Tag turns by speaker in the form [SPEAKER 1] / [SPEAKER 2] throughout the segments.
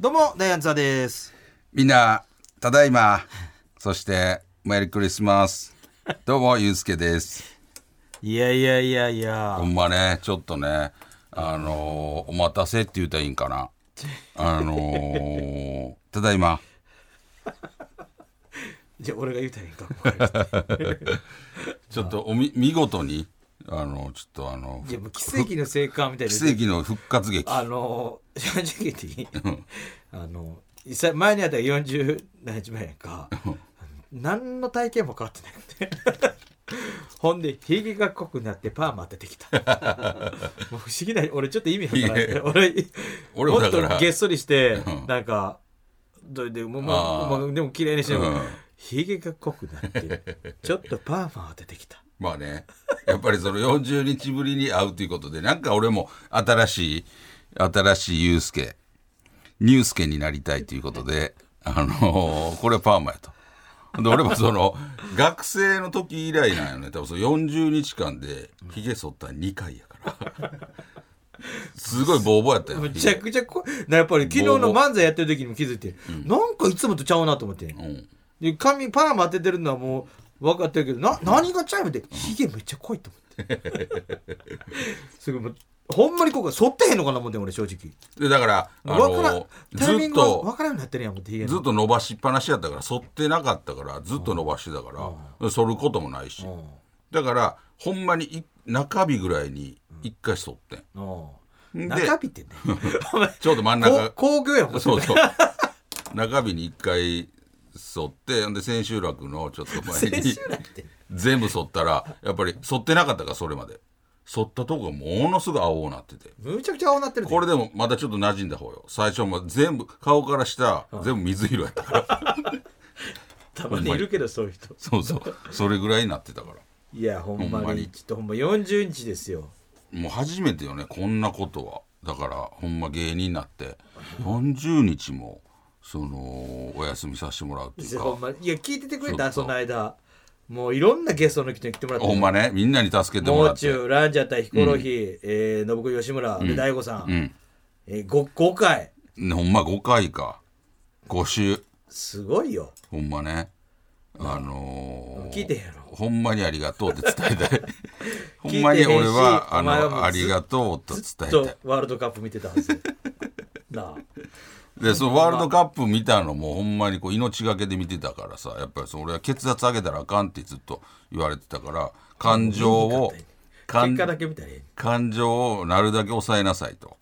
[SPEAKER 1] どうも、ダイアンツァです。
[SPEAKER 2] みんな、ただいま、そして、メリークリスマス。どうも、ゆうすけです。
[SPEAKER 1] いやいやいやいや
[SPEAKER 2] ほ。んまね、ちょっとね、あのーお待たせって言うたらいいんかな。あのーただいま。
[SPEAKER 1] じゃあ俺が言うたらいいんか。わ かりました
[SPEAKER 2] ちょっとおみ、見事に、あの、ちょっとあの、
[SPEAKER 1] いやもう奇跡の生還みたいな。
[SPEAKER 2] 奇跡の復活劇。
[SPEAKER 1] あの、正直言っていいあの、実際前にあったら40何日前やんか。何の体験も変わってなくて。 ほんで、ひげが濃くなってパーマ当ててきた。 もう不思議な、俺ちょっと意味わから
[SPEAKER 2] い
[SPEAKER 1] ない
[SPEAKER 2] や。
[SPEAKER 1] 俺、
[SPEAKER 2] 俺もだから
[SPEAKER 1] もっとげっそりして
[SPEAKER 2] う、ん
[SPEAKER 1] なんか、どれでも、まあ
[SPEAKER 2] あ
[SPEAKER 1] ま
[SPEAKER 2] ー
[SPEAKER 1] あ、でも綺麗にしてる
[SPEAKER 2] うん
[SPEAKER 1] ひげが濃くなって、ちょっとパーマ当ててきた。
[SPEAKER 2] まあね、やっぱりその40日ぶりに会うということで、なんか俺も新しい、新しいユうスケ、ニュースケになりたいということで、あのーこれはパーマやと。で俺もその、学生の時以来なんよね。多分その40日間で、ヒゲ剃ったら2回やから。すごいボーボーやったよ。
[SPEAKER 1] む
[SPEAKER 2] ヒ
[SPEAKER 1] ちゃ
[SPEAKER 2] ゲ
[SPEAKER 1] くちゃこなやっぱり昨日の漫才やってる時にも気づいて、なんかいつもとちゃうなと思って、
[SPEAKER 2] ん
[SPEAKER 1] で髪パーマ当ててるのはもう分かってるけどな何がちゃうのってひげめっちゃ濃いと思って すごいもうほんまにここ剃ってへんのかな思って俺正直
[SPEAKER 2] でだから、あ
[SPEAKER 1] 分からん
[SPEAKER 2] の
[SPEAKER 1] タイ
[SPEAKER 2] ー
[SPEAKER 1] ミ
[SPEAKER 2] ず
[SPEAKER 1] ング分
[SPEAKER 2] っと、
[SPEAKER 1] からんようになってるやん思ってひげ
[SPEAKER 2] ずっと伸ばしっぱなしやったから、剃ってなかったから、ずっと伸ばしてたから、剃ることもないし。だからほんまにい中日ぐらいに一回剃ってんで
[SPEAKER 1] 中日 ってねお前
[SPEAKER 2] ちょうど真ん
[SPEAKER 1] こ
[SPEAKER 2] 中
[SPEAKER 1] 工業やもん
[SPEAKER 2] そうそう中日に一回剃ってほんで千秋楽のちょっと前
[SPEAKER 1] 先
[SPEAKER 2] に
[SPEAKER 1] 週なんて
[SPEAKER 2] 全部剃ったらやっぱり剃ってなかったからそれまで剃ったとこがものすごい青なってて
[SPEAKER 1] むちゃくちゃ青なってるで
[SPEAKER 2] これでもまだちょっと馴染んだ方よ最初も全部顔から下全部水色やったから
[SPEAKER 1] たまにいるけどそういう人
[SPEAKER 2] そうそうそれぐらいになってたから
[SPEAKER 1] いやほんま
[SPEAKER 2] ほんま
[SPEAKER 1] に
[SPEAKER 2] に
[SPEAKER 1] ちょっとほんま40日ですよ
[SPEAKER 2] もう初めてよねこんなことはだからほんま芸人になって40日もそのお休みさせてもらうっていう
[SPEAKER 1] ほ
[SPEAKER 2] か
[SPEAKER 1] んまいや聞いててくれたそ
[SPEAKER 2] そっか
[SPEAKER 1] の間もういろんなゲストの人に来てもらって
[SPEAKER 2] ほんまねみんなに助けても
[SPEAKER 1] も
[SPEAKER 2] ら
[SPEAKER 1] う
[SPEAKER 2] って
[SPEAKER 1] 中ランジャタイヒコロヒー、えー信子吉村、で大悟さん、
[SPEAKER 2] うん
[SPEAKER 1] えー、5, 5回
[SPEAKER 2] ねほんま5回か5週
[SPEAKER 1] すごいよ
[SPEAKER 2] ほんまねあのー
[SPEAKER 1] 聞いてへんやろ
[SPEAKER 2] ほんまにありがとうって伝え たいほんま
[SPEAKER 1] 聞い
[SPEAKER 2] に俺は
[SPEAKER 1] てへんしお
[SPEAKER 2] あ
[SPEAKER 1] 前はもうず
[SPEAKER 2] のありがとうと伝え
[SPEAKER 1] ちょ
[SPEAKER 2] た
[SPEAKER 1] っ
[SPEAKER 2] い
[SPEAKER 1] とワールドカップ見てたは ずなあ
[SPEAKER 2] でそのワールドカップ見たのもほんまにこう命がけで見てたからさやっぱりその俺は血圧上げたらあかんってずっと言われてたから感情を
[SPEAKER 1] 結
[SPEAKER 2] 感
[SPEAKER 1] 果だけ見たらえ
[SPEAKER 2] 感情をなるだけ抑えなさいと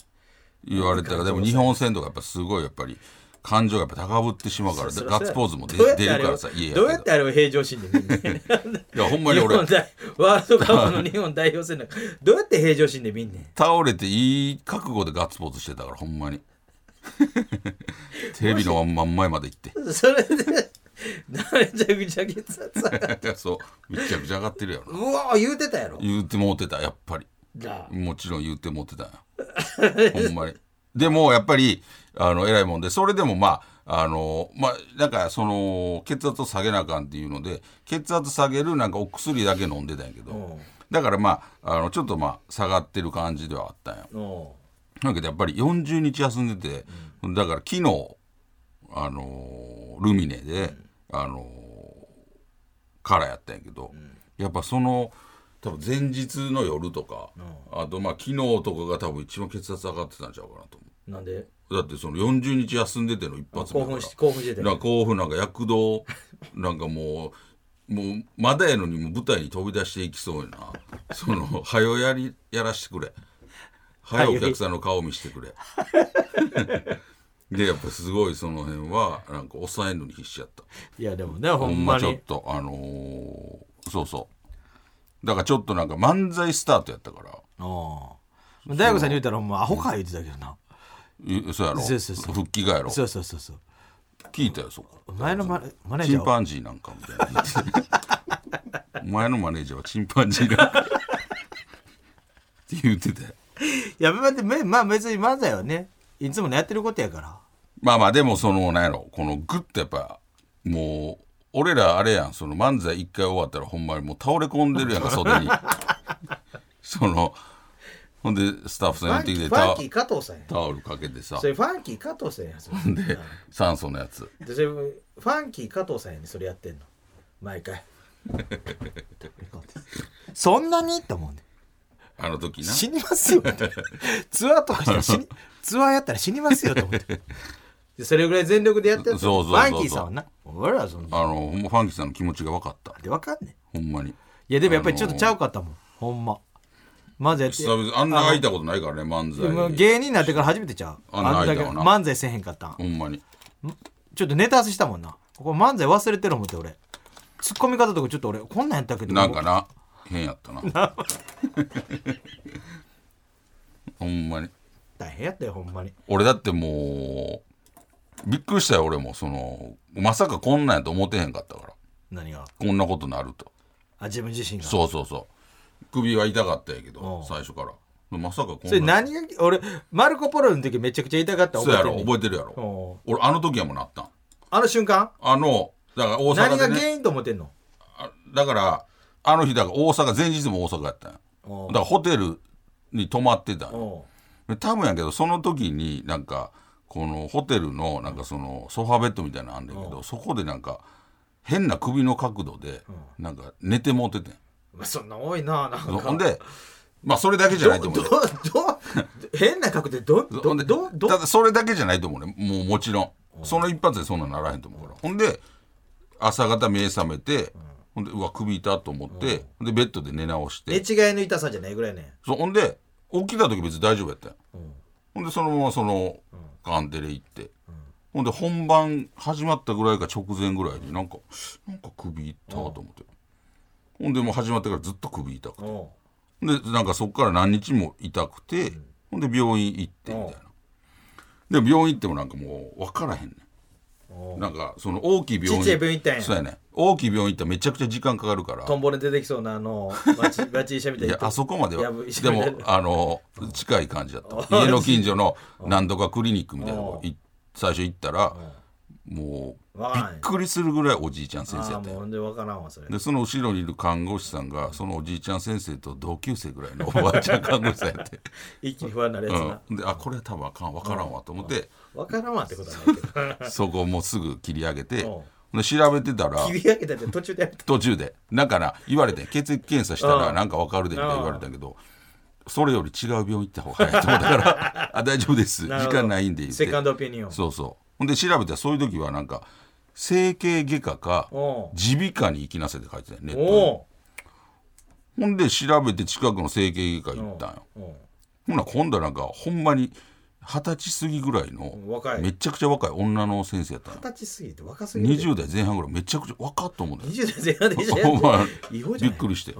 [SPEAKER 2] 言われてたからでも日本戦とかやっぱすごいやっぱり感情がやっぱ高ぶってしまうから
[SPEAKER 1] え
[SPEAKER 2] でガッツポーズも出
[SPEAKER 1] どうやって
[SPEAKER 2] 出
[SPEAKER 1] あ
[SPEAKER 2] る
[SPEAKER 1] れ
[SPEAKER 2] か
[SPEAKER 1] を
[SPEAKER 2] らさいやいや
[SPEAKER 1] どうやってあれを平常心で見んねん
[SPEAKER 2] いやほんま
[SPEAKER 1] 日
[SPEAKER 2] に俺
[SPEAKER 1] 本代ワールドカップの日本代表戦なんかどうやって平常心で見んねん
[SPEAKER 2] 倒れていい覚悟でガッツポーズしてたからほん まにテレビの真ん前まで行って。
[SPEAKER 1] それで、なめちゃくちゃ血圧上がる
[SPEAKER 2] そうめちゃくちゃ上がってるやろな
[SPEAKER 1] うわー言うてたやろ。
[SPEAKER 2] 言うてもうてたやっぱり
[SPEAKER 1] なあ
[SPEAKER 2] もちろん言って持ってたんや ほんまにでもやっぱりあの偉いもんでそれでもまああのまあなんかその血圧を下げなあかんっていうので血圧下げるなんかお薬だけ飲んでたんやけど、
[SPEAKER 1] ん
[SPEAKER 2] だからまああのちょっとまあ下がってる感じではあったんや
[SPEAKER 1] お
[SPEAKER 2] だけどやっぱり40日休んでて、だから昨日あのールミネで、あのーカラーやったんやけど、やっぱその多分前日の夜とか、あとまあ昨日とかが多分一番血圧上がってたんちゃうかなと思
[SPEAKER 1] うなんで
[SPEAKER 2] うだってその40日休んでての一発
[SPEAKER 1] 興
[SPEAKER 2] 目やから
[SPEAKER 1] 奮し興奮してた
[SPEAKER 2] なん
[SPEAKER 1] よ
[SPEAKER 2] か興奮なんか躍動なんかもうもうまだやのにもう舞台に飛び出していきそうや なその「はよやりやらしてくれ」「はよお客さんの顔見してくれ」でやっぱすごいその辺はなんか抑えるのに必死やった
[SPEAKER 1] いやでもねほ
[SPEAKER 2] ほ
[SPEAKER 1] ん
[SPEAKER 2] ん
[SPEAKER 1] ま
[SPEAKER 2] まちょっ
[SPEAKER 1] に
[SPEAKER 2] とあのーそうそうだからちょっとなんか漫才スタートやったから
[SPEAKER 1] おう大悟さんに言うたらもうアホか言うてたけどな
[SPEAKER 2] えそうやろ
[SPEAKER 1] そうそうそう
[SPEAKER 2] 復帰がやろ
[SPEAKER 1] そうそうそうそう
[SPEAKER 2] 聞いたよそこ
[SPEAKER 1] お前のマネマネージ
[SPEAKER 2] チ
[SPEAKER 1] ャ
[SPEAKER 2] ン
[SPEAKER 1] ーは
[SPEAKER 2] パンジーなんかみたいなお前のマネージャーはチンパンジーなんかって言ってたよ
[SPEAKER 1] いやまあでもまあ別に漫才はねいつものやってることやから
[SPEAKER 2] まあまあでもそのなんやろこのグッとやっぱもう俺らあれやんその漫才一回終わったらほんまにもう倒れ込んでるやんか袖にそのほんでスタッフさんやってきてタオ
[SPEAKER 1] 加藤さんや
[SPEAKER 2] タオルかけてさ
[SPEAKER 1] れファンキー加藤さんやそれ
[SPEAKER 2] で酸素のやつ
[SPEAKER 1] でそれファンキー加藤さんやねそれやってんの毎回 そんなにって思うね
[SPEAKER 2] あの時な
[SPEAKER 1] 死にます よってツアーとかしたら死にツアーやったら死にますよと思ってで それぐらい全力でやってる
[SPEAKER 2] そうそうそうそう
[SPEAKER 1] ファンキーさんはな俺らはそんな
[SPEAKER 2] あのほんまファンキーさんの気持ちが分かった
[SPEAKER 1] でわかんね
[SPEAKER 2] ほんまに
[SPEAKER 1] えいやでもやっぱりちょっとちゃうかったもん、ほんままずやって
[SPEAKER 2] 久々あんな空いたことないからね漫
[SPEAKER 1] でも
[SPEAKER 2] 才
[SPEAKER 1] 芸人になってから初めてちゃう
[SPEAKER 2] あんな
[SPEAKER 1] あんだけ
[SPEAKER 2] 間はな
[SPEAKER 1] 漫才せえへんかったん
[SPEAKER 2] ほんまに
[SPEAKER 1] ちょっとネタ合わせしたもんなこれ漫才忘れてる思って俺ツッコミ方とかちょっと俺こんなんやったっけど
[SPEAKER 2] なんかな変や ったなほんまに
[SPEAKER 1] 大変やったよほんまに
[SPEAKER 2] 俺だってもうびっくりしたよ俺もそのまさかこんなんやと思ってへんかったから
[SPEAKER 1] 何が
[SPEAKER 2] こんなことなると
[SPEAKER 1] あ自分自身が
[SPEAKER 2] そうそうそう首は痛かったんやけ
[SPEAKER 1] う
[SPEAKER 2] ど
[SPEAKER 1] ん
[SPEAKER 2] 最初からまさかこん
[SPEAKER 1] それ
[SPEAKER 2] な
[SPEAKER 1] 何
[SPEAKER 2] ん
[SPEAKER 1] が俺マルコ・ポロの時めちゃくちゃ痛かった
[SPEAKER 2] そうやろ
[SPEAKER 1] んねん
[SPEAKER 2] 覚えてるやろ俺あの時はもうなったん
[SPEAKER 1] あの瞬間
[SPEAKER 2] あのだから大
[SPEAKER 1] 何
[SPEAKER 2] 阪
[SPEAKER 1] が原
[SPEAKER 2] で、ね、
[SPEAKER 1] 因と思ってんの
[SPEAKER 2] あだからあの日だから大阪前日も大阪やったんや
[SPEAKER 1] おう
[SPEAKER 2] だからホテルに泊まってたんや
[SPEAKER 1] お
[SPEAKER 2] で多分やけどその時になんかこのホテルのなんかそのソファベッドみたいなのあんねんけどそこでなんか変な首の角度でなんか寝てもうててん
[SPEAKER 1] うまあ、そんな多いななんか
[SPEAKER 2] ほんでまあそれだけじゃないと
[SPEAKER 1] ど
[SPEAKER 2] 思
[SPEAKER 1] ど
[SPEAKER 2] う
[SPEAKER 1] ど変な角度でどど
[SPEAKER 2] ほんで
[SPEAKER 1] どど
[SPEAKER 2] ただそれだけじゃないと思うねもうもちろんその一発でそんなんならへんと思うからほんで朝方目覚めてほんでうわ首痛っと思ってほんでベッドで寝直して
[SPEAKER 1] 寝違いの痛さじゃないぐらいね
[SPEAKER 2] そうほんで起きた時別に大丈夫やったよ、ほんでそのままそのガンテレ行って、ほんで本番始まったぐらいか直前ぐらいになんかなんか首痛いと思って、ほんでもう始まってからずっと首痛くて、
[SPEAKER 1] おう
[SPEAKER 2] ほんでなんかそっから何日も痛くて、ほんで病院行ってみたいな、でも病院行ってもなんかもう分からへんねんなんかその大きい病
[SPEAKER 1] ち
[SPEAKER 2] 院
[SPEAKER 1] っちゃい病院行ったんや
[SPEAKER 2] そうやね大きい病院行ったらめちゃくちゃ時間かかるから
[SPEAKER 1] トンボで出てきそうなあのバ チバチ医者みたい
[SPEAKER 2] い
[SPEAKER 1] な
[SPEAKER 2] やあそこまでは
[SPEAKER 1] やぶ医者
[SPEAKER 2] で
[SPEAKER 1] みたい
[SPEAKER 2] も
[SPEAKER 1] な
[SPEAKER 2] あの近い感じだった家の近 所の何度かクリニックみたいなとこい最初行ったらもうび
[SPEAKER 1] わからん
[SPEAKER 2] っくりするぐらいおじいちゃん先生
[SPEAKER 1] あ
[SPEAKER 2] や
[SPEAKER 1] あ
[SPEAKER 2] った
[SPEAKER 1] もう
[SPEAKER 2] よ
[SPEAKER 1] ほんで分からんわそれ
[SPEAKER 2] でその後ろにいる看護師さんがそのおじいちゃん先生と同級生ぐらいの おばあちゃん看護師さん やって、
[SPEAKER 1] 一気に不安になるやつな、
[SPEAKER 2] うん、であこれは多分あかんわからんわと思って
[SPEAKER 1] 分からんわってことはないけど
[SPEAKER 2] そこをもうすぐ切り上げて
[SPEAKER 1] う
[SPEAKER 2] で調べてたら
[SPEAKER 1] 切り上げたって途中でやめた
[SPEAKER 2] 途中でなんかな言われて血液検査した
[SPEAKER 1] う
[SPEAKER 2] ら
[SPEAKER 1] ん
[SPEAKER 2] なんかわかるでみたいな言われたけどそれより違う病院行った方が早いと思ったから あ大丈夫です時
[SPEAKER 1] なるほど
[SPEAKER 2] 間ないんで言っ
[SPEAKER 1] セカン
[SPEAKER 2] て
[SPEAKER 1] ドオピニオン
[SPEAKER 2] そうそうほんで調べたらそういう時はなんか整形外科か
[SPEAKER 1] おう
[SPEAKER 2] 耳鼻科に行きなさいって書いてたよネット
[SPEAKER 1] お
[SPEAKER 2] に
[SPEAKER 1] う
[SPEAKER 2] ほんで調べて近くの整形外科行ったんよ
[SPEAKER 1] おう
[SPEAKER 2] ほんなら今度はなんかほんまに二十歳過ぎぐらいの
[SPEAKER 1] 若い
[SPEAKER 2] めちゃくちゃ若い女の先生やったのよ
[SPEAKER 1] 二十歳過ぎて若すぎる
[SPEAKER 2] 20代前半ぐらいめちゃくちゃ若っと思うんだよ
[SPEAKER 1] 20代前半で医者
[SPEAKER 2] お
[SPEAKER 1] や
[SPEAKER 2] 前
[SPEAKER 1] って違法じゃ
[SPEAKER 2] びっ
[SPEAKER 1] ない
[SPEAKER 2] くりして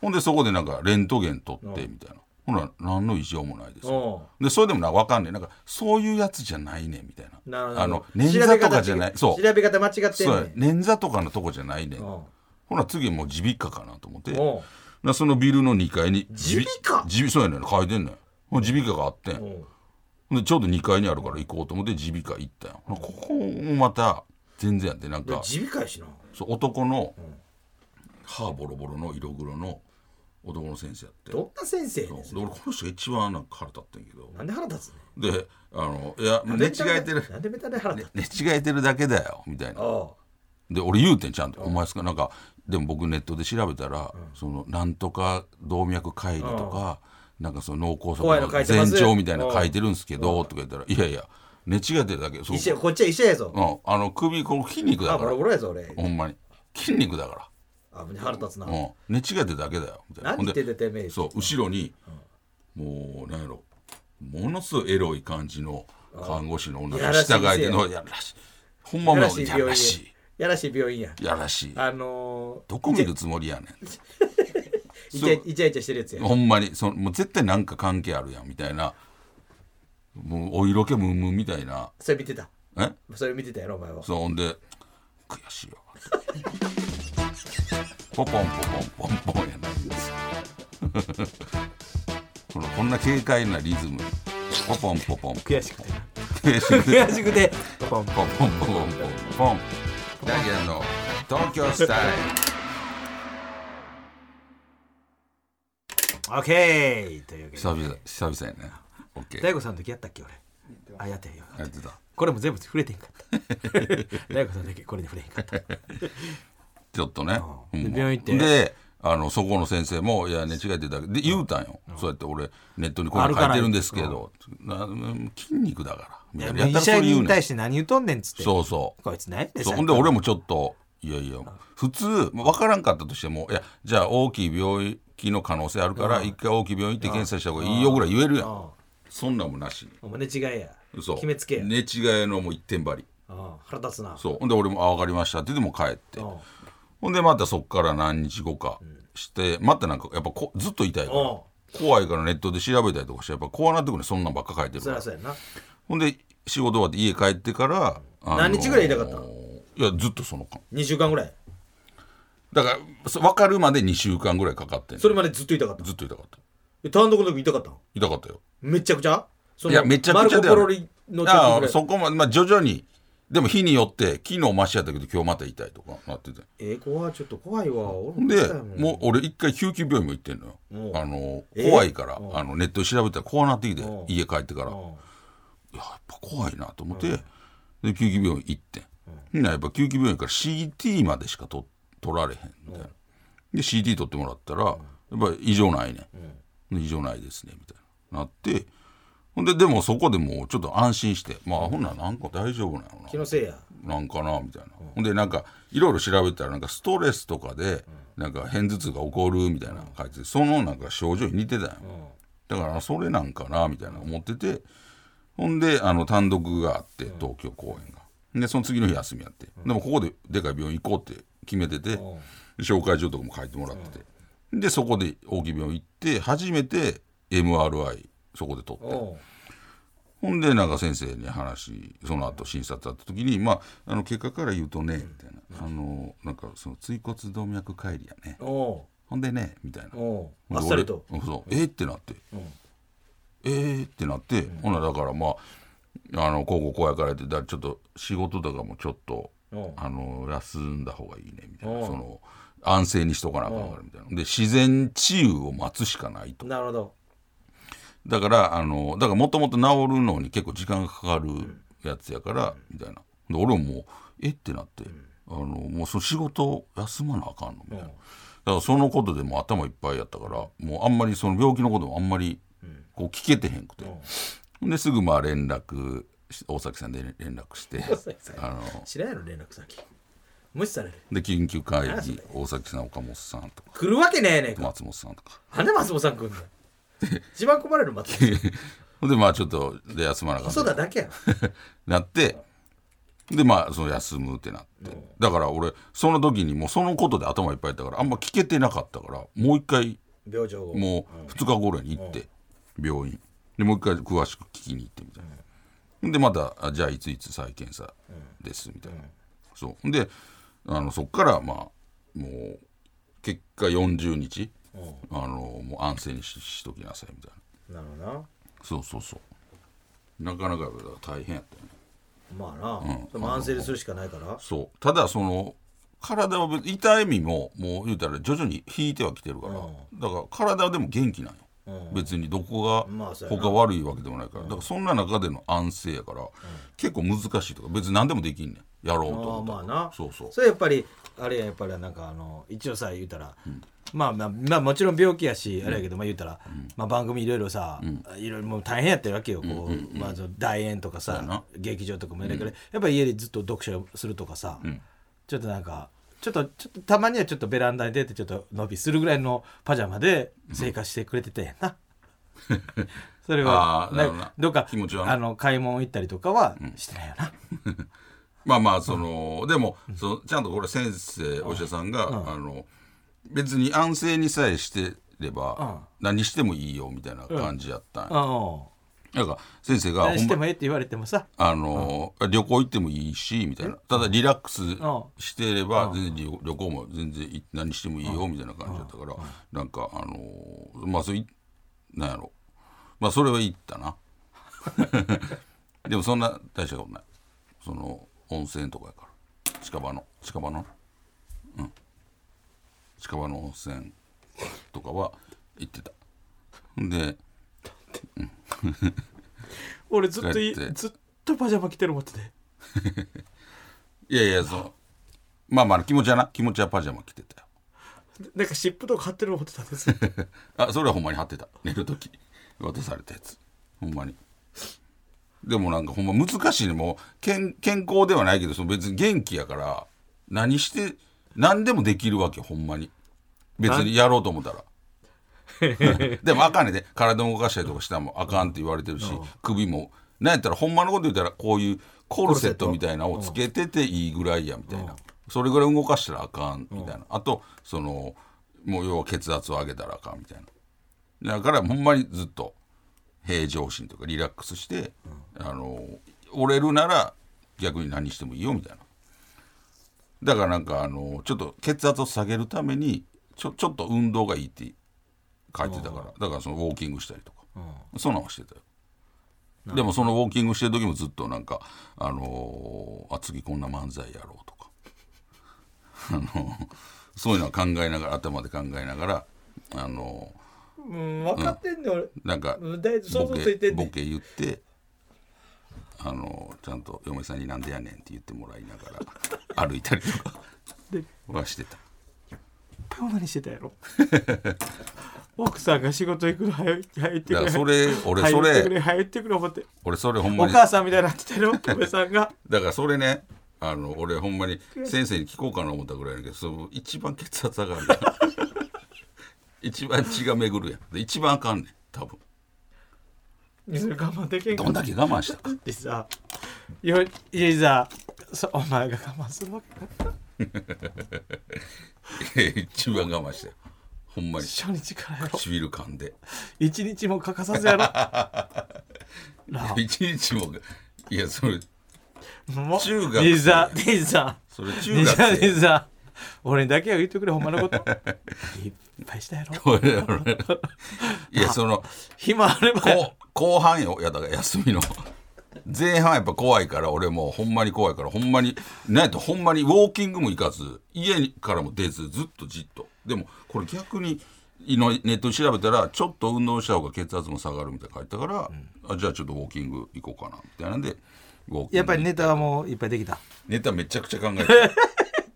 [SPEAKER 2] ほんでそこでなんかレントゲン取ってみたいなほら何の異常もないです
[SPEAKER 1] おう
[SPEAKER 2] でそれでもなんか分かんねえなんかそういうやつじゃないねんみたい
[SPEAKER 1] なるほ
[SPEAKER 2] な
[SPEAKER 1] ど
[SPEAKER 2] あの捻挫とかじゃない
[SPEAKER 1] 調
[SPEAKER 2] そ
[SPEAKER 1] べ
[SPEAKER 2] う
[SPEAKER 1] 方違調べ方間違ってん
[SPEAKER 2] そう
[SPEAKER 1] ね
[SPEAKER 2] や
[SPEAKER 1] ん
[SPEAKER 2] 捻挫とかのとこじゃないねん
[SPEAKER 1] おう
[SPEAKER 2] ほら次もう耳鼻科かなと思って
[SPEAKER 1] おう
[SPEAKER 2] なそのビルの2階に
[SPEAKER 1] 耳鼻科
[SPEAKER 2] 耳そうやねん書いてんねんほんで耳鼻科があってん
[SPEAKER 1] おう
[SPEAKER 2] ほんでちょうど2階にあるから行こうと思って耳鼻科行ったよほなここもまた全然やってなん
[SPEAKER 1] で
[SPEAKER 2] か
[SPEAKER 1] 耳鼻科やしな
[SPEAKER 2] そう男の歯ボロボロの色黒の男の先生やって
[SPEAKER 1] どんな先生やねん
[SPEAKER 2] で俺この人が一番なんか腹立ってんけど
[SPEAKER 1] なんで腹立つね
[SPEAKER 2] であのいや
[SPEAKER 1] ん
[SPEAKER 2] 寝違え てる
[SPEAKER 1] なんでメタで腹立つ
[SPEAKER 2] 寝違えてるだけだよみたいな
[SPEAKER 1] お
[SPEAKER 2] で俺言うてんちゃんとお前すかなんかでも僕ネットで調べたら、そのなんとか動脈解離とか、なんかその脳梗
[SPEAKER 1] 怖いの書い
[SPEAKER 2] 塞
[SPEAKER 1] てま
[SPEAKER 2] の
[SPEAKER 1] す
[SPEAKER 2] 前兆みたいなの書いてるんですけどとか言ったらいやいや寝違えてるだけそ
[SPEAKER 1] う
[SPEAKER 2] う
[SPEAKER 1] 医者こっちは医者やぞ
[SPEAKER 2] うん、あの首この筋肉だ
[SPEAKER 1] あボ
[SPEAKER 2] か
[SPEAKER 1] ロ
[SPEAKER 2] ら
[SPEAKER 1] ボロやぞ俺
[SPEAKER 2] ほんまに筋肉だか
[SPEAKER 1] あ腹立つな
[SPEAKER 2] ら、うん、寝違えてるだけだよみたいな
[SPEAKER 1] 何
[SPEAKER 2] ほん
[SPEAKER 1] 言って
[SPEAKER 2] で
[SPEAKER 1] んだよてめえ
[SPEAKER 2] そう後ろに、もうなんやろものすごいエロい感じの看護師の女が従いでのやらしいほんま
[SPEAKER 1] や
[SPEAKER 2] も
[SPEAKER 1] ら
[SPEAKER 2] う
[SPEAKER 1] しい
[SPEAKER 2] や
[SPEAKER 1] 病
[SPEAKER 2] ら
[SPEAKER 1] 院
[SPEAKER 2] し
[SPEAKER 1] やらしい病院や
[SPEAKER 2] いやらしい
[SPEAKER 1] あの
[SPEAKER 2] どこ見るつもりやね
[SPEAKER 1] ー、イチャイチャイチャイチャしてるやつや
[SPEAKER 2] んほんまにそのもう絶対なんか関係あるやんみたいなもうお色気ムンムンみたいな
[SPEAKER 1] それ見てた
[SPEAKER 2] え
[SPEAKER 1] それ見てたやろお前は
[SPEAKER 2] そうほんで悔しいよポポンポポンポンポンやないんですよ このこんな軽快なリズムポポンポポン
[SPEAKER 1] 悔しくてな
[SPEAKER 2] 悔しい
[SPEAKER 1] 悔しくてポンポン
[SPEAKER 2] ポンポンポンポンポンダイアンの東京スタイ
[SPEAKER 1] オッケーというわけ
[SPEAKER 2] ル
[SPEAKER 1] で
[SPEAKER 2] 久々久々やねオッケー
[SPEAKER 1] 大悟さんの時やったっけ俺あやってよ
[SPEAKER 2] やってた
[SPEAKER 1] これも全部触れてへんかった 大悟さんだけこれに触れへんかった
[SPEAKER 2] ちょっとね、
[SPEAKER 1] うん
[SPEAKER 2] ほんま
[SPEAKER 1] で病院行って
[SPEAKER 2] であのそこの先生も「いやね違ってたけど」で言うたんよ、そうやって俺ネットにこういうの書いてるんですけど、なうん筋肉だからみたいなや
[SPEAKER 1] 医
[SPEAKER 2] ったら
[SPEAKER 1] 者
[SPEAKER 2] それ言
[SPEAKER 1] に
[SPEAKER 2] うね
[SPEAKER 1] 対
[SPEAKER 2] ん
[SPEAKER 1] して何言うとんねんっつって
[SPEAKER 2] そうそう
[SPEAKER 1] こいつ何やねん
[SPEAKER 2] そう
[SPEAKER 1] さ
[SPEAKER 2] ほんで俺もちょっといやいや普通分からんかったとしてもいやじゃあ大きい病気の可能性あるから一回大きい病院行って検査した方がいいよぐらい言えるやんそんなんもなしに
[SPEAKER 1] お前寝違いや
[SPEAKER 2] 嘘
[SPEAKER 1] 決めつけや、
[SPEAKER 2] 寝違えのもう一点張り
[SPEAKER 1] うん腹立つな
[SPEAKER 2] そうほんで俺も「あ分かりました」って言ってもう帰って
[SPEAKER 1] うん
[SPEAKER 2] ほんでまたそっから何日後かしてまたなんかやっぱこずっと痛いから
[SPEAKER 1] うん
[SPEAKER 2] 怖いからネットで調べたりとかしてやっぱ怖なってくるねそんなんばっか書いてる
[SPEAKER 1] そ
[SPEAKER 2] か
[SPEAKER 1] りゃ
[SPEAKER 2] ら
[SPEAKER 1] そうやな
[SPEAKER 2] ほんで仕事終わって家帰ってから、あのー
[SPEAKER 1] 何日ぐらい痛かったの
[SPEAKER 2] いやずっとその間
[SPEAKER 1] 2週間ぐらい
[SPEAKER 2] だからそ分かるまで2週間ぐらいかかってんの
[SPEAKER 1] それまでずっと痛かった
[SPEAKER 2] ずっと痛かった
[SPEAKER 1] え単独の時痛かったん
[SPEAKER 2] 痛かったよ
[SPEAKER 1] めちゃくちゃその
[SPEAKER 2] いやめちゃくち
[SPEAKER 1] マ
[SPEAKER 2] ゃ
[SPEAKER 1] ル
[SPEAKER 2] だ
[SPEAKER 1] コ
[SPEAKER 2] よ
[SPEAKER 1] ポロリの時
[SPEAKER 2] あ
[SPEAKER 1] ぐ
[SPEAKER 2] あ
[SPEAKER 1] らい
[SPEAKER 2] そこまで、まあ、徐々にでも日によって昨日マシやったけど今日また痛いとかなってて
[SPEAKER 1] えー、怖いちょっと怖いわ俺
[SPEAKER 2] ほん
[SPEAKER 1] も
[SPEAKER 2] で
[SPEAKER 1] 痛いもん
[SPEAKER 2] もう俺一回救急病院も行ってんのよ
[SPEAKER 1] うん
[SPEAKER 2] あの
[SPEAKER 1] え
[SPEAKER 2] 怖いから
[SPEAKER 1] うん
[SPEAKER 2] あのネットで調べたら怖なってきて
[SPEAKER 1] うん
[SPEAKER 2] 家帰ってからい
[SPEAKER 1] う
[SPEAKER 2] や
[SPEAKER 1] ん
[SPEAKER 2] やっぱ怖いなと思ってで救急病院行ってんほんならやっぱ救急病院から CT までしかと取られへんみたいなで CT 取ってもらったらやっぱり異常ないねで異常ないですねみたいななってほんででもそこでもうちょっと安心してまあほんならなんか大丈夫なのな
[SPEAKER 1] 気のせいや
[SPEAKER 2] なんかなみたいな、ほんでなんかいろいろ調べたらなんかストレスとかでなんか片頭痛が起こるみたいなの書いててそのなんか症状に似てたんよ、だからそれなんかなみたいな思っててほんであの単独があって東京公演がでその次の日休みやってでもここででかい病院行こうって決めてて紹介状とかも書いてもらっててでそこで大きい病院行って初めて MRI そこで取って
[SPEAKER 1] うん
[SPEAKER 2] ほんでなんか先生に話その後診察あった時に「まあ、あの結果から言うとね」みたいな「あのなんかその椎骨動脈解離やね
[SPEAKER 1] おう
[SPEAKER 2] ほんでね」みたいなほん
[SPEAKER 1] おうあ
[SPEAKER 2] で俺
[SPEAKER 1] っさりと
[SPEAKER 2] うんそうえーってなってえーってなってほなだからまああのこうこうこうやからってだからちょっと仕事とかもちょっと
[SPEAKER 1] うん
[SPEAKER 2] あの休んだ方がいいねみたいうなんその安静にしとかなあかんからみたいなで自然治癒を待つしかないと。
[SPEAKER 1] なるほど
[SPEAKER 2] だからあのだからもともと治るのに結構時間がかかるやつやから、みたいなで俺ももうえってなって、あのもうその仕事休まなあかんのみたいな、だからそのことでもう頭いっぱいやったからもうあんまりその病気のこともあんまりこう聞けてへんくて、ですぐまあ連絡し大崎さんで連絡して
[SPEAKER 1] 崎さん
[SPEAKER 2] あの
[SPEAKER 1] 知らんやろ連絡先無視される
[SPEAKER 2] で緊急会議大崎さん岡本さんとか
[SPEAKER 1] 来るわけねえやねんか
[SPEAKER 2] 松本さんとか。
[SPEAKER 1] なんで松本さん来んの一番困るの松本さん
[SPEAKER 2] ほんでまあちょっとで休 まなあかん
[SPEAKER 1] 細田だけやろ
[SPEAKER 2] なってでまあその休むってなって、だから俺その時にもうそのことで頭いっぱいやったからあんま聞けてなかったからもう一回
[SPEAKER 1] 病状を
[SPEAKER 2] もう2日後ぐらいに行って、病院でもう一回詳しく聞きに行ってみたいな、でまたあ「じゃあいついつ再検査です」みたいな、そうであのそっからまあもう結果40日、あのもう安静にししときなさいみたい
[SPEAKER 1] な
[SPEAKER 2] な
[SPEAKER 1] るほどな
[SPEAKER 2] そうそうそうなかなか大変やったよね
[SPEAKER 1] まあな、それも安静にするしかないから
[SPEAKER 2] そうただその体は別痛いみももう言うたら徐々に引いてはきてるから、だから体はでも元気なんよ、別にどこが
[SPEAKER 1] まあそうやな
[SPEAKER 2] 他悪いわけでもないから、だからそんな中での安静やから、結構難しいとか別に何でもできんねんやろうと
[SPEAKER 1] まあ
[SPEAKER 2] 思った
[SPEAKER 1] ま
[SPEAKER 2] ら
[SPEAKER 1] あな
[SPEAKER 2] そうそう
[SPEAKER 1] それやっぱりあれややっぱりなんかあの一応さ言うたら、まあまあまあもちろん病気やし、あれやけどまあ言うたら、まあ番組いろいろさ、いろいろもう大変やってるわけよこう、まあその大演とか
[SPEAKER 2] そうやな
[SPEAKER 1] さ劇場とかもやるけど、やっぱり家でずっと読書するとかさ、ちょっとなんかちょっとちょっとたまにはちょっとベランダに出てちょっと伸びするぐらいのパジャマで生活してくれててな。 それは
[SPEAKER 2] あーなるほどな
[SPEAKER 1] なんかどっか
[SPEAKER 2] 気持ちはな
[SPEAKER 1] あの買い物行ったりとかはしてないよな、
[SPEAKER 2] まあまあその、でもそのちゃんとこれ先生お医者さんが、あの別に安静にさえしてれば、何してもいいよみたいな感じやったんや、
[SPEAKER 1] うん
[SPEAKER 2] なんか先生が
[SPEAKER 1] 何
[SPEAKER 2] ほん
[SPEAKER 1] しても
[SPEAKER 2] ま
[SPEAKER 1] ええって言われてもさ
[SPEAKER 2] あのー旅行行ってもいいしみたいなただリラックスしてれば全然旅旅行も全然い何してもいいよみたいな感じだったからなんかあのーまあそれいなんやろまあそれは行ったな でもそんな大したことないその温泉とかやから近場の近場のうん近場の温泉とかは行ってたで
[SPEAKER 1] 俺ずっとい
[SPEAKER 2] だって
[SPEAKER 1] ずっとパジャマ着てるもんってね
[SPEAKER 2] いやいやそのまあまあ気持ちはな気持ちはパジャマ着てたよ
[SPEAKER 1] なんか湿布とか貼ってる思ってたんです よ
[SPEAKER 2] あそれはほんまに貼ってた寝る時渡されたやつほんまにでもなんかほんま難しいねもう健健康ではないけどその別に元気やから何して何でもできるわけほんまに別にやろうと思ったら でもあかんねんで体も動かしたりとかしたらもうあかんって言われてるし首もなんやったらほんまのこと言ったらこういうコルセットみたいなのをつけてていいぐらいやみたいなそれぐらい動かしたらあかんみたいなあとそのもう要は血圧を上げたらあかんみたいなだからほんまにずっと平常心というかリラックスして、あの折れるなら逆に何してもいいよみたいなだからなんかあのちょっと血圧を下げるためにちょちょっと運動がいいって書いてたからだからそのウォーキングしたりとか、そんなんはしてたよでもそのウォーキングしてる時もずっとなんか「あのーあ次こんな漫才やろう」とか あのそういうのは考えながら頭で考えながらあの
[SPEAKER 1] うん分かってんね俺
[SPEAKER 2] なんか
[SPEAKER 1] うんだいぶ想像
[SPEAKER 2] ボケ
[SPEAKER 1] ついてんねん
[SPEAKER 2] ボケ言ってあのちゃんと嫁さんに「なんでやねん」って言ってもらいなが ら歩いたりとか
[SPEAKER 1] で
[SPEAKER 2] はしてた
[SPEAKER 1] パジャマにしてたやろ 奥さんが仕事行くの早い早いって
[SPEAKER 2] だ
[SPEAKER 1] く
[SPEAKER 2] から
[SPEAKER 1] れ
[SPEAKER 2] それ俺
[SPEAKER 1] 早
[SPEAKER 2] そ
[SPEAKER 1] いってくれ
[SPEAKER 2] れ
[SPEAKER 1] 早いってくれ思って
[SPEAKER 2] 俺それほんま
[SPEAKER 1] お
[SPEAKER 2] に
[SPEAKER 1] 母さんみたいになってたよ嫁さんが
[SPEAKER 2] だからそれねあの俺ほんまに先生に聞こうかな思ったぐらいだけどその一番血圧上がるやん 一番血が巡るやんで一番あかんねん多分
[SPEAKER 1] それ我慢できんか
[SPEAKER 2] どんだけ我慢 したか
[SPEAKER 1] でさよいざそお前が我慢するわけか
[SPEAKER 2] 一番我慢したよほんまに
[SPEAKER 1] 初日から やろ
[SPEAKER 2] 唇噛んで
[SPEAKER 1] 一日も欠かさず やろ
[SPEAKER 2] いや一日もいやそれ
[SPEAKER 1] もう
[SPEAKER 2] 中学生
[SPEAKER 1] でさでさ
[SPEAKER 2] それ中
[SPEAKER 1] で
[SPEAKER 2] 学
[SPEAKER 1] さ
[SPEAKER 2] 生
[SPEAKER 1] でさ俺にだけは言ってくれほんまのこと いっぱいしたやろ
[SPEAKER 2] これあのねいやその
[SPEAKER 1] 暇あればや
[SPEAKER 2] こう後半よいやだから休みの前半やっぱ怖いから俺もうほんまに怖いからほんまになんやとほんまにウォーキングも行かず家からも出ずずっとじっとでもこれ逆にのネットで調べたらちょっと運動した方が血圧も下がるみたいな書いてたから、あじゃあちょっとウォーキング行こうかなみたいなんでウォーキング
[SPEAKER 1] やっぱりネタはもういっぱいできた
[SPEAKER 2] ネタめちゃくちゃ考 えてた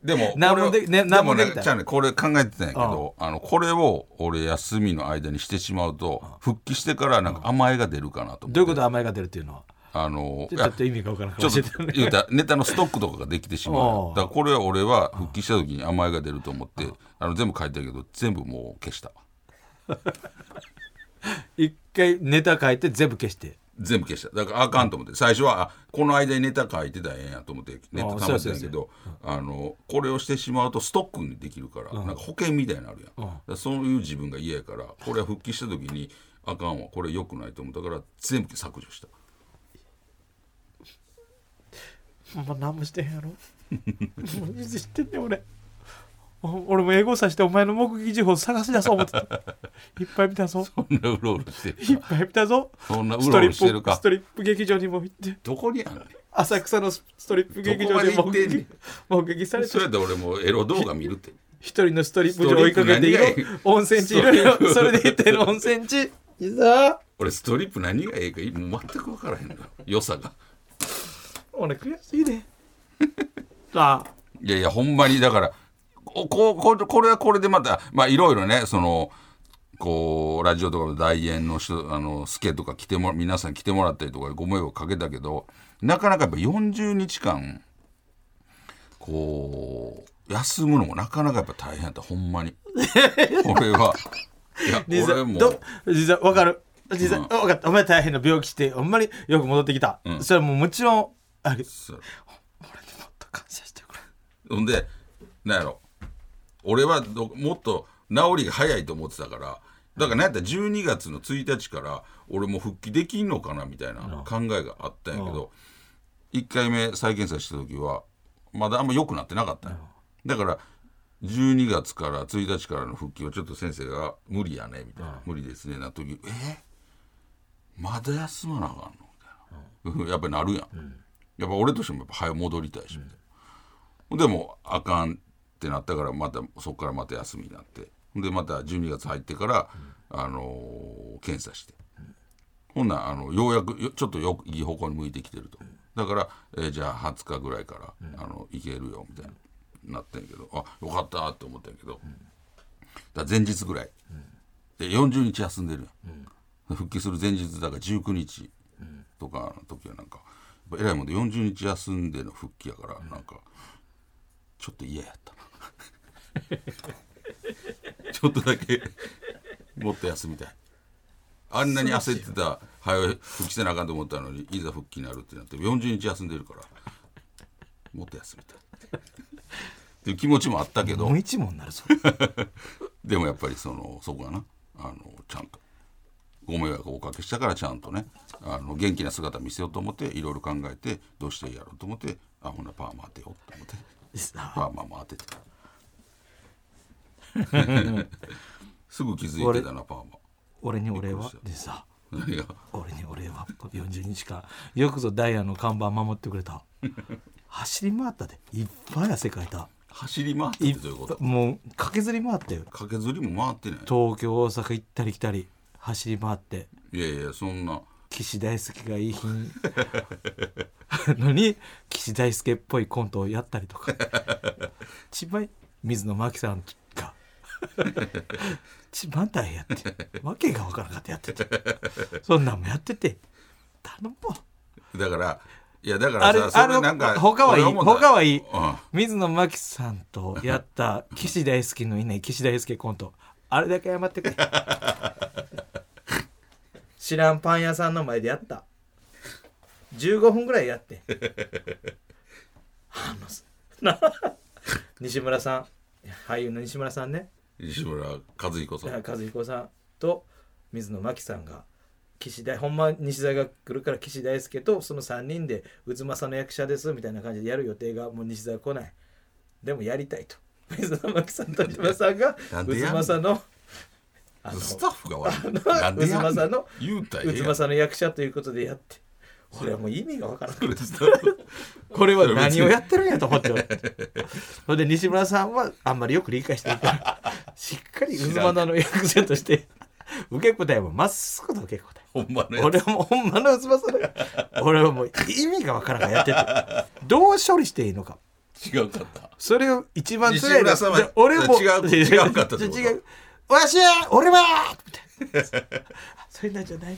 [SPEAKER 2] でも
[SPEAKER 1] 何も
[SPEAKER 2] これ
[SPEAKER 1] でね何も
[SPEAKER 2] で
[SPEAKER 1] できた
[SPEAKER 2] ねじゃあねこれ考えてたんやけどあのこれを俺休みの間にしてしまうと復帰してからなんか甘えが出るかなと思って
[SPEAKER 1] どういうこと甘えが出るっていうのは
[SPEAKER 2] あの
[SPEAKER 1] ちょっと意味がわからない
[SPEAKER 2] いやちょっと言うたらネタのストックとかができてしま
[SPEAKER 1] お
[SPEAKER 2] う
[SPEAKER 1] う
[SPEAKER 2] だからこれは俺は復帰した時に甘えが出ると思ってあの全部書いてあるけど全部もう消した
[SPEAKER 1] 一回ネタ書いて全部消して
[SPEAKER 2] 全部消しただからあかんと思って最初はあこの間にネタ書いてたらええんやと思ってネタ貯めてたんやけどあのこれをしてしまうとストックにできるからなんか保険みたいになるやんだからそういう自分が嫌やからこれは復帰した時にあかんわこれ良くないと思ったから全部削除した
[SPEAKER 1] ほんま何もしてへんやろもう知ってんねん俺お俺も英語さしてお前の目撃情報探し出そう思ってたいっぱい見たぞ
[SPEAKER 2] そんなうろうろしてる
[SPEAKER 1] いっぱい見たぞ
[SPEAKER 2] そんなうろうろしてるか
[SPEAKER 1] ストリップストリップ劇場にも行って
[SPEAKER 2] どこにあんねん
[SPEAKER 1] 浅草のストリップ劇場で
[SPEAKER 2] どこま
[SPEAKER 1] 目
[SPEAKER 2] で行ってんね
[SPEAKER 1] 撃
[SPEAKER 2] ん
[SPEAKER 1] 目撃されて
[SPEAKER 2] それやったら俺もうエロ動画見るって
[SPEAKER 1] 一人のストリップ場追いかけてい
[SPEAKER 2] ストリップ
[SPEAKER 1] ろ
[SPEAKER 2] 何
[SPEAKER 1] 温泉地いろいろそれで行ってる温泉地いざ
[SPEAKER 2] 俺ストリップ何がええかもう全く分からへんのよ良さが
[SPEAKER 1] 俺悔しい ねああ
[SPEAKER 2] いやいやほんまにだからここここれはこれでまたまあいろいろねそのこうラジオとかの代演の人あの助とか来ても皆さん来てもらったりとかご迷惑かけたけどなかなかやっぱ40日間こう休むのもなかなかやっぱ大変だったほんまに俺はいや
[SPEAKER 1] 実
[SPEAKER 2] 俺
[SPEAKER 1] 際
[SPEAKER 2] も
[SPEAKER 1] ど実際わかる実際、
[SPEAKER 2] うん
[SPEAKER 1] 分かったお前大変な病気してほんまによく戻ってきた、
[SPEAKER 2] ん
[SPEAKER 1] それはもうもちろんあれ
[SPEAKER 2] そう
[SPEAKER 1] 俺にもっと感謝してくれ
[SPEAKER 2] ほんで、なんやろ、俺はどもっと治りが早いと思ってたから、だからなんやったら12月の1日から俺も復帰できんのかなみたいな考えがあったんやけど、1回目再検査した時はまだあんま良くなってなかったんよだから12月から1日からの復帰はちょっと先生が「無理やね」みたいな「無理ですね」な時「えまだ休まなあかんの?」みたいな やっぱりなるやん、やっぱ俺としてもやっぱ早戻りたいしみたいな、でもあかんってなったからまたそこからまた休みになってでまた12月入ってから、あのー検査して、ほんならあのようやくよちょっとよいい方向に向いてきてるとだから、えーじゃあ20日ぐらいから、あの行けるよみたいななってんけどあよかったって思ったんやけど、だから前日ぐらい、で40日休んでるやん、復帰する前日だから19日とかの時はなんかやっぱ偉いもんで40日休んでの復帰やからなんかちょっと嫌やった なちょっとだけもっと休みたいあんなに焦ってた早い復帰せなあかんと思ったのにいざ復帰になるってなって40日休んでるからもっと休みたいっていう気持ちもあったけど
[SPEAKER 1] もう一問になる それ
[SPEAKER 2] でもやっぱりそのそこがなあのちゃんとご迷惑をおかけしたからちゃんとねあの元気な姿見せようと思っていろいろ考えてどうしてやろうと思ってあほなパーマ当てようと思ってパーマも当てて すぐ気づいてたなパーマ
[SPEAKER 1] 俺にお礼はでさ
[SPEAKER 2] 何が
[SPEAKER 1] 俺にお礼は40日間よくぞダイヤの看板守ってくれた走り回ったでいっぱい汗かいた
[SPEAKER 2] 走り回って
[SPEAKER 1] い
[SPEAKER 2] っ
[SPEAKER 1] って
[SPEAKER 2] どういうこと
[SPEAKER 1] ぱいもう駆けずり回ったよ
[SPEAKER 2] 駆けずりも回ってない
[SPEAKER 1] 東京大阪行ったり来たり走り回って
[SPEAKER 2] いやいやそんな
[SPEAKER 1] 岸大輔がいい日 にのに岸大輔っぽいコントをやったりとか一番水野真紀さんが一番大変やってわけが分からなかったやっててそんなんもやってて頼もう
[SPEAKER 2] だからいやだか
[SPEAKER 1] あれ
[SPEAKER 2] らさそ
[SPEAKER 1] あ
[SPEAKER 2] れなん
[SPEAKER 1] の
[SPEAKER 2] か
[SPEAKER 1] 他はいい
[SPEAKER 2] 俺思った
[SPEAKER 1] 他はいい
[SPEAKER 2] うん
[SPEAKER 1] 水野真紀さんとやった岸大輔のいない岸大輔コントあれだけ謝ってくれ知らんパン屋さんの前でやった15分ぐらいやってあのな西村さん俳優の西村さんね
[SPEAKER 2] 西村和彦さん
[SPEAKER 1] 和彦さんと水野真紀さんが岸大ほんま西大が来るから岸大輔とその3人で「渦政の役者です」みたいな感じでやる予定がもう西大来ないでもやりたい と水野真紀さんと西村さんが渦
[SPEAKER 2] なんでやんの
[SPEAKER 1] 政のあの
[SPEAKER 2] スタッフが悪い。
[SPEAKER 1] あの
[SPEAKER 2] なんでやん
[SPEAKER 1] 渦政の
[SPEAKER 2] 言うたらええ
[SPEAKER 1] 渦
[SPEAKER 2] やん
[SPEAKER 1] 政の役者ということでやって俺はもう意味がわからない
[SPEAKER 2] スタッフ
[SPEAKER 1] これは何をやってるんやと思 って俺それで西村さんはあんまりよく理解してないから しっかり渦花の役者として受け答えもまっすぐと受け答え
[SPEAKER 2] ほんまのや つ
[SPEAKER 1] 俺はもうほんまの渦政の俺はもう意味がわからんからやっててどう処理していいのか
[SPEAKER 2] 違うかった。
[SPEAKER 1] それを一番辛いの
[SPEAKER 2] 西村さんは
[SPEAKER 1] で俺も
[SPEAKER 2] 違 う違うかったってこと
[SPEAKER 1] 違う わしは俺はみたいなそんなんじゃない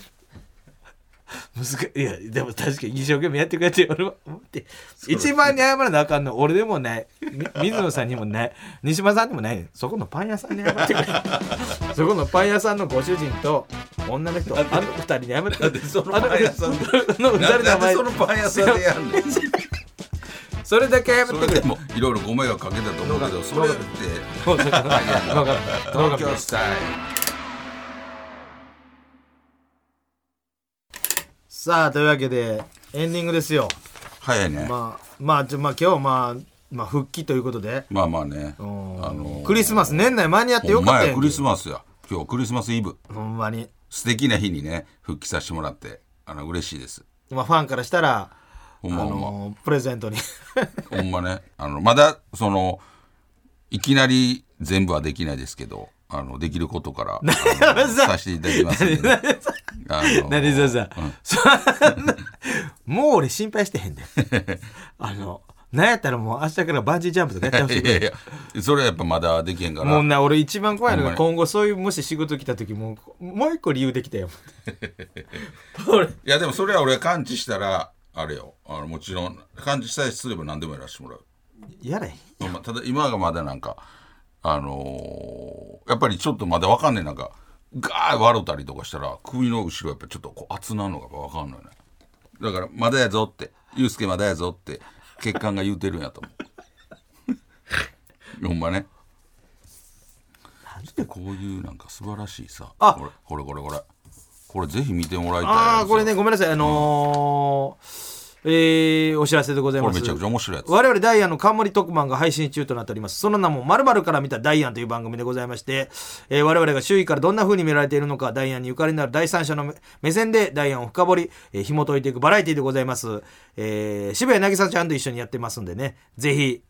[SPEAKER 1] 難しいいやでも確かに一生懸命やってくれて俺は思って一番に謝らなあかんの俺でもないみ水野さんにもない西村さんにもないねんそこのパン屋さんに謝 ってくれそこのパン屋さんのご主人と女の人あの二人に謝ってくれ
[SPEAKER 2] なんでそのパン屋さんで
[SPEAKER 1] あの二
[SPEAKER 2] なん
[SPEAKER 1] 人
[SPEAKER 2] で
[SPEAKER 1] の前
[SPEAKER 2] そのパン屋さんでやんねん。
[SPEAKER 1] それだけ謝って
[SPEAKER 2] そ
[SPEAKER 1] く
[SPEAKER 2] れ
[SPEAKER 1] れ
[SPEAKER 2] でもいろいろご迷惑かけたと思うけど、それって
[SPEAKER 1] そうそうそうわかるわか
[SPEAKER 2] 東
[SPEAKER 1] る
[SPEAKER 2] 京スタイ
[SPEAKER 3] さあというわけでエンディングですよ
[SPEAKER 2] ル。早いね。
[SPEAKER 3] まあまあちょまあ今日はまあまあ復帰ということで、
[SPEAKER 2] まあまあね。あ
[SPEAKER 3] うん
[SPEAKER 2] の
[SPEAKER 3] クリスマス年内間に合ってよ
[SPEAKER 2] お
[SPEAKER 3] かった
[SPEAKER 2] 前
[SPEAKER 3] やん
[SPEAKER 2] クリスマスや。今日クリスマスイブ。
[SPEAKER 3] ほんまに、
[SPEAKER 2] 素敵な日にね復帰させてもらって、あの嬉しいです。
[SPEAKER 3] まあ、ファンからしたら、
[SPEAKER 2] ほんま
[SPEAKER 3] あ
[SPEAKER 2] ほんま。
[SPEAKER 3] のプレゼントに
[SPEAKER 2] ほんまね。あの、まだ、その、いきなり全部はできないですけど、あの、できること から、あのさせていただきますんでね、あの
[SPEAKER 1] 何ささ、そん なもう俺心配してへん であのなんやったらもう明日からバンジージャンプとかやってほしい
[SPEAKER 2] いやいや、それはやっぱまだできへんから。
[SPEAKER 1] もうな俺一番怖いの
[SPEAKER 2] ほん
[SPEAKER 1] が
[SPEAKER 2] まに
[SPEAKER 1] 今後そういうもし仕事来た時もうもう一個理由できたよ
[SPEAKER 2] いや、でもそれは俺は感知したら、あれよ。あの、もちろん、感知さえすれば何でもやらせてもらう。
[SPEAKER 1] やれへん
[SPEAKER 2] まあただ、今がまだなんか、あのーやっぱりちょっとまだわかんねえ。なんか、ガー笑ったりとかしたら、首の後ろやっぱちょっとこう厚なのがわかんないね。だから、まだやぞって、ゆうすけまだやぞって、血管が言うてるんやと思う。ほんまね。ちょっでこういうなんか素晴らしいさ
[SPEAKER 1] あ
[SPEAKER 2] これこれこれこれこれぜひ見てもらいたい
[SPEAKER 1] ああこれね
[SPEAKER 2] こ
[SPEAKER 1] ごめんなさいあのーえーお知らせでござい
[SPEAKER 2] れ
[SPEAKER 1] ます
[SPEAKER 2] めちゃくちゃ面白いやつ
[SPEAKER 1] 我々ダイアンの冠特番が配信中となっておりますその名も「まるから見たダイアン」という番組でございまして、えー我々が周囲からどんな風に見られているのかダイアンにゆかりのある第三者の目目線でダイアンを深掘り、えー紐解いていくバラエティでございます、えー渋谷渚ちゃんと一緒にやってますんでねぜひ、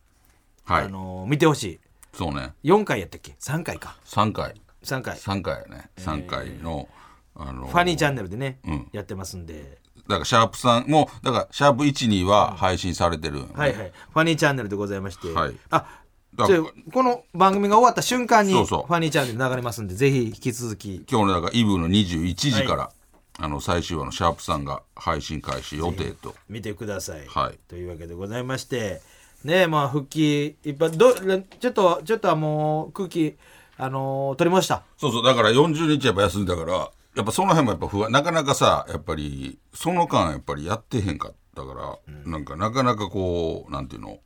[SPEAKER 2] はい、
[SPEAKER 1] あのー見てほし
[SPEAKER 2] そうね
[SPEAKER 1] い4回やったっけ3回か
[SPEAKER 2] 3回
[SPEAKER 1] 3回
[SPEAKER 2] 3回やね3回の、あの
[SPEAKER 1] ファニーチャンネルでね、
[SPEAKER 2] うん
[SPEAKER 1] やってますんで
[SPEAKER 2] だからシャープさんもうだからシャープ12は配信されてるんよね、
[SPEAKER 1] はいはいファニーチャンネルでございまして、
[SPEAKER 2] はい
[SPEAKER 1] あ
[SPEAKER 2] だ
[SPEAKER 1] じゃあこの番組が終わった瞬間にフ
[SPEAKER 2] そうそう
[SPEAKER 1] ァニーチャンネル流れますんでぜひ引き続き
[SPEAKER 2] 今日のだからイブの21時から、あの最終話のシャープさんが配信開始予定と
[SPEAKER 1] 見てください、
[SPEAKER 2] はい
[SPEAKER 1] というわけでございましてねえまあ復帰いっぱいどちょっとちょっとはもう空気あのー取りました
[SPEAKER 2] そうそうだから40日やっぱ休んだからやっぱその辺もやっぱ不安なかなかさやっぱりその間やっぱりやってへんかったから、なんかなかなかこうなんていうの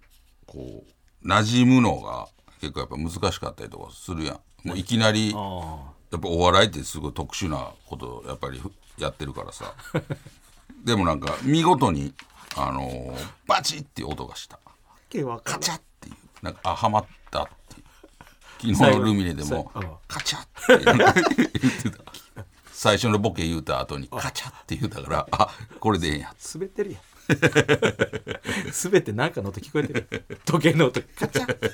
[SPEAKER 2] こう馴染むのが結構やっぱ難しかったりとかするやんもういきなりやっぱお笑いってすごい特殊なことやっぱりふやってるからさ でもなんか見事にあのーバチッっていう音がしたカチャッっていうなんかあはまったっていう昨日のルミネでもカチャッってなんか言ってた最初のボケ言うた後にカチャッって言うたからあこれでええんや
[SPEAKER 1] 滑ってるやん 滑ってなんかの音聞こえてる時計の音カチャッ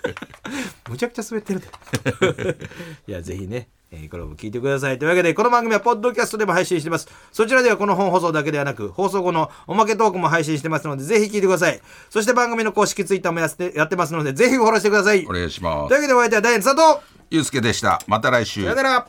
[SPEAKER 1] むちゃくちゃ滑ってるで いやぜひね、えーこれも聞いてくださいというわけでこの番組はポッドキャストでも配信してますそちらではこの本放送だけではなく放送後のおまけトークも配信してますのでぜひ聞いてくださいそして番組の公式ツイッターもやってやってますのでぜひフォローしてください
[SPEAKER 2] お
[SPEAKER 1] という
[SPEAKER 2] 願いしま
[SPEAKER 1] わ
[SPEAKER 2] す
[SPEAKER 1] けでお相手はダイアン津田と
[SPEAKER 2] ゆうすけでしたまた来週
[SPEAKER 1] さよなら